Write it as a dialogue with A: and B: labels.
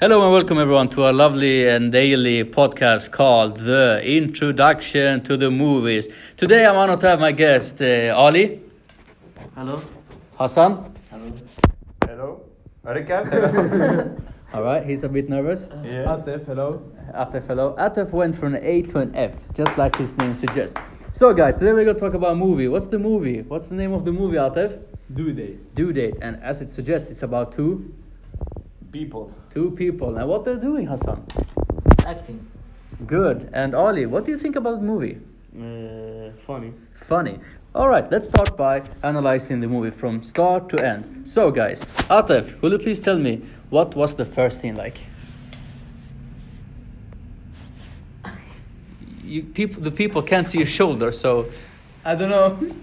A: Hello and welcome everyone to our lovely and daily podcast called The Introduction to the Movies. Today I'm honored to have my guest uh, Ali,
B: Hello.
A: Hassan.
B: Hello.
C: Hello. Ricard.
A: All right, he's a bit nervous.
C: yeah. Atef, hello.
A: Atef hello. Atef went from an A to an F, just like his name suggests. So guys, today we're gonna talk about a movie. What's the movie? What's the name of the movie, Atef?
C: Do they?
A: Due date, and as it suggests, it's about two
C: People.
A: two people. And what they're doing, Hassan?
B: Acting.
A: Good. And Ali, what do you think about the movie?
B: Uh, funny.
A: Funny. All right, let's start by analyzing the movie from start to end. So, guys, Atef, will you please tell me what was the first scene like? You, people, the people can't see your shoulder, so
B: I don't know.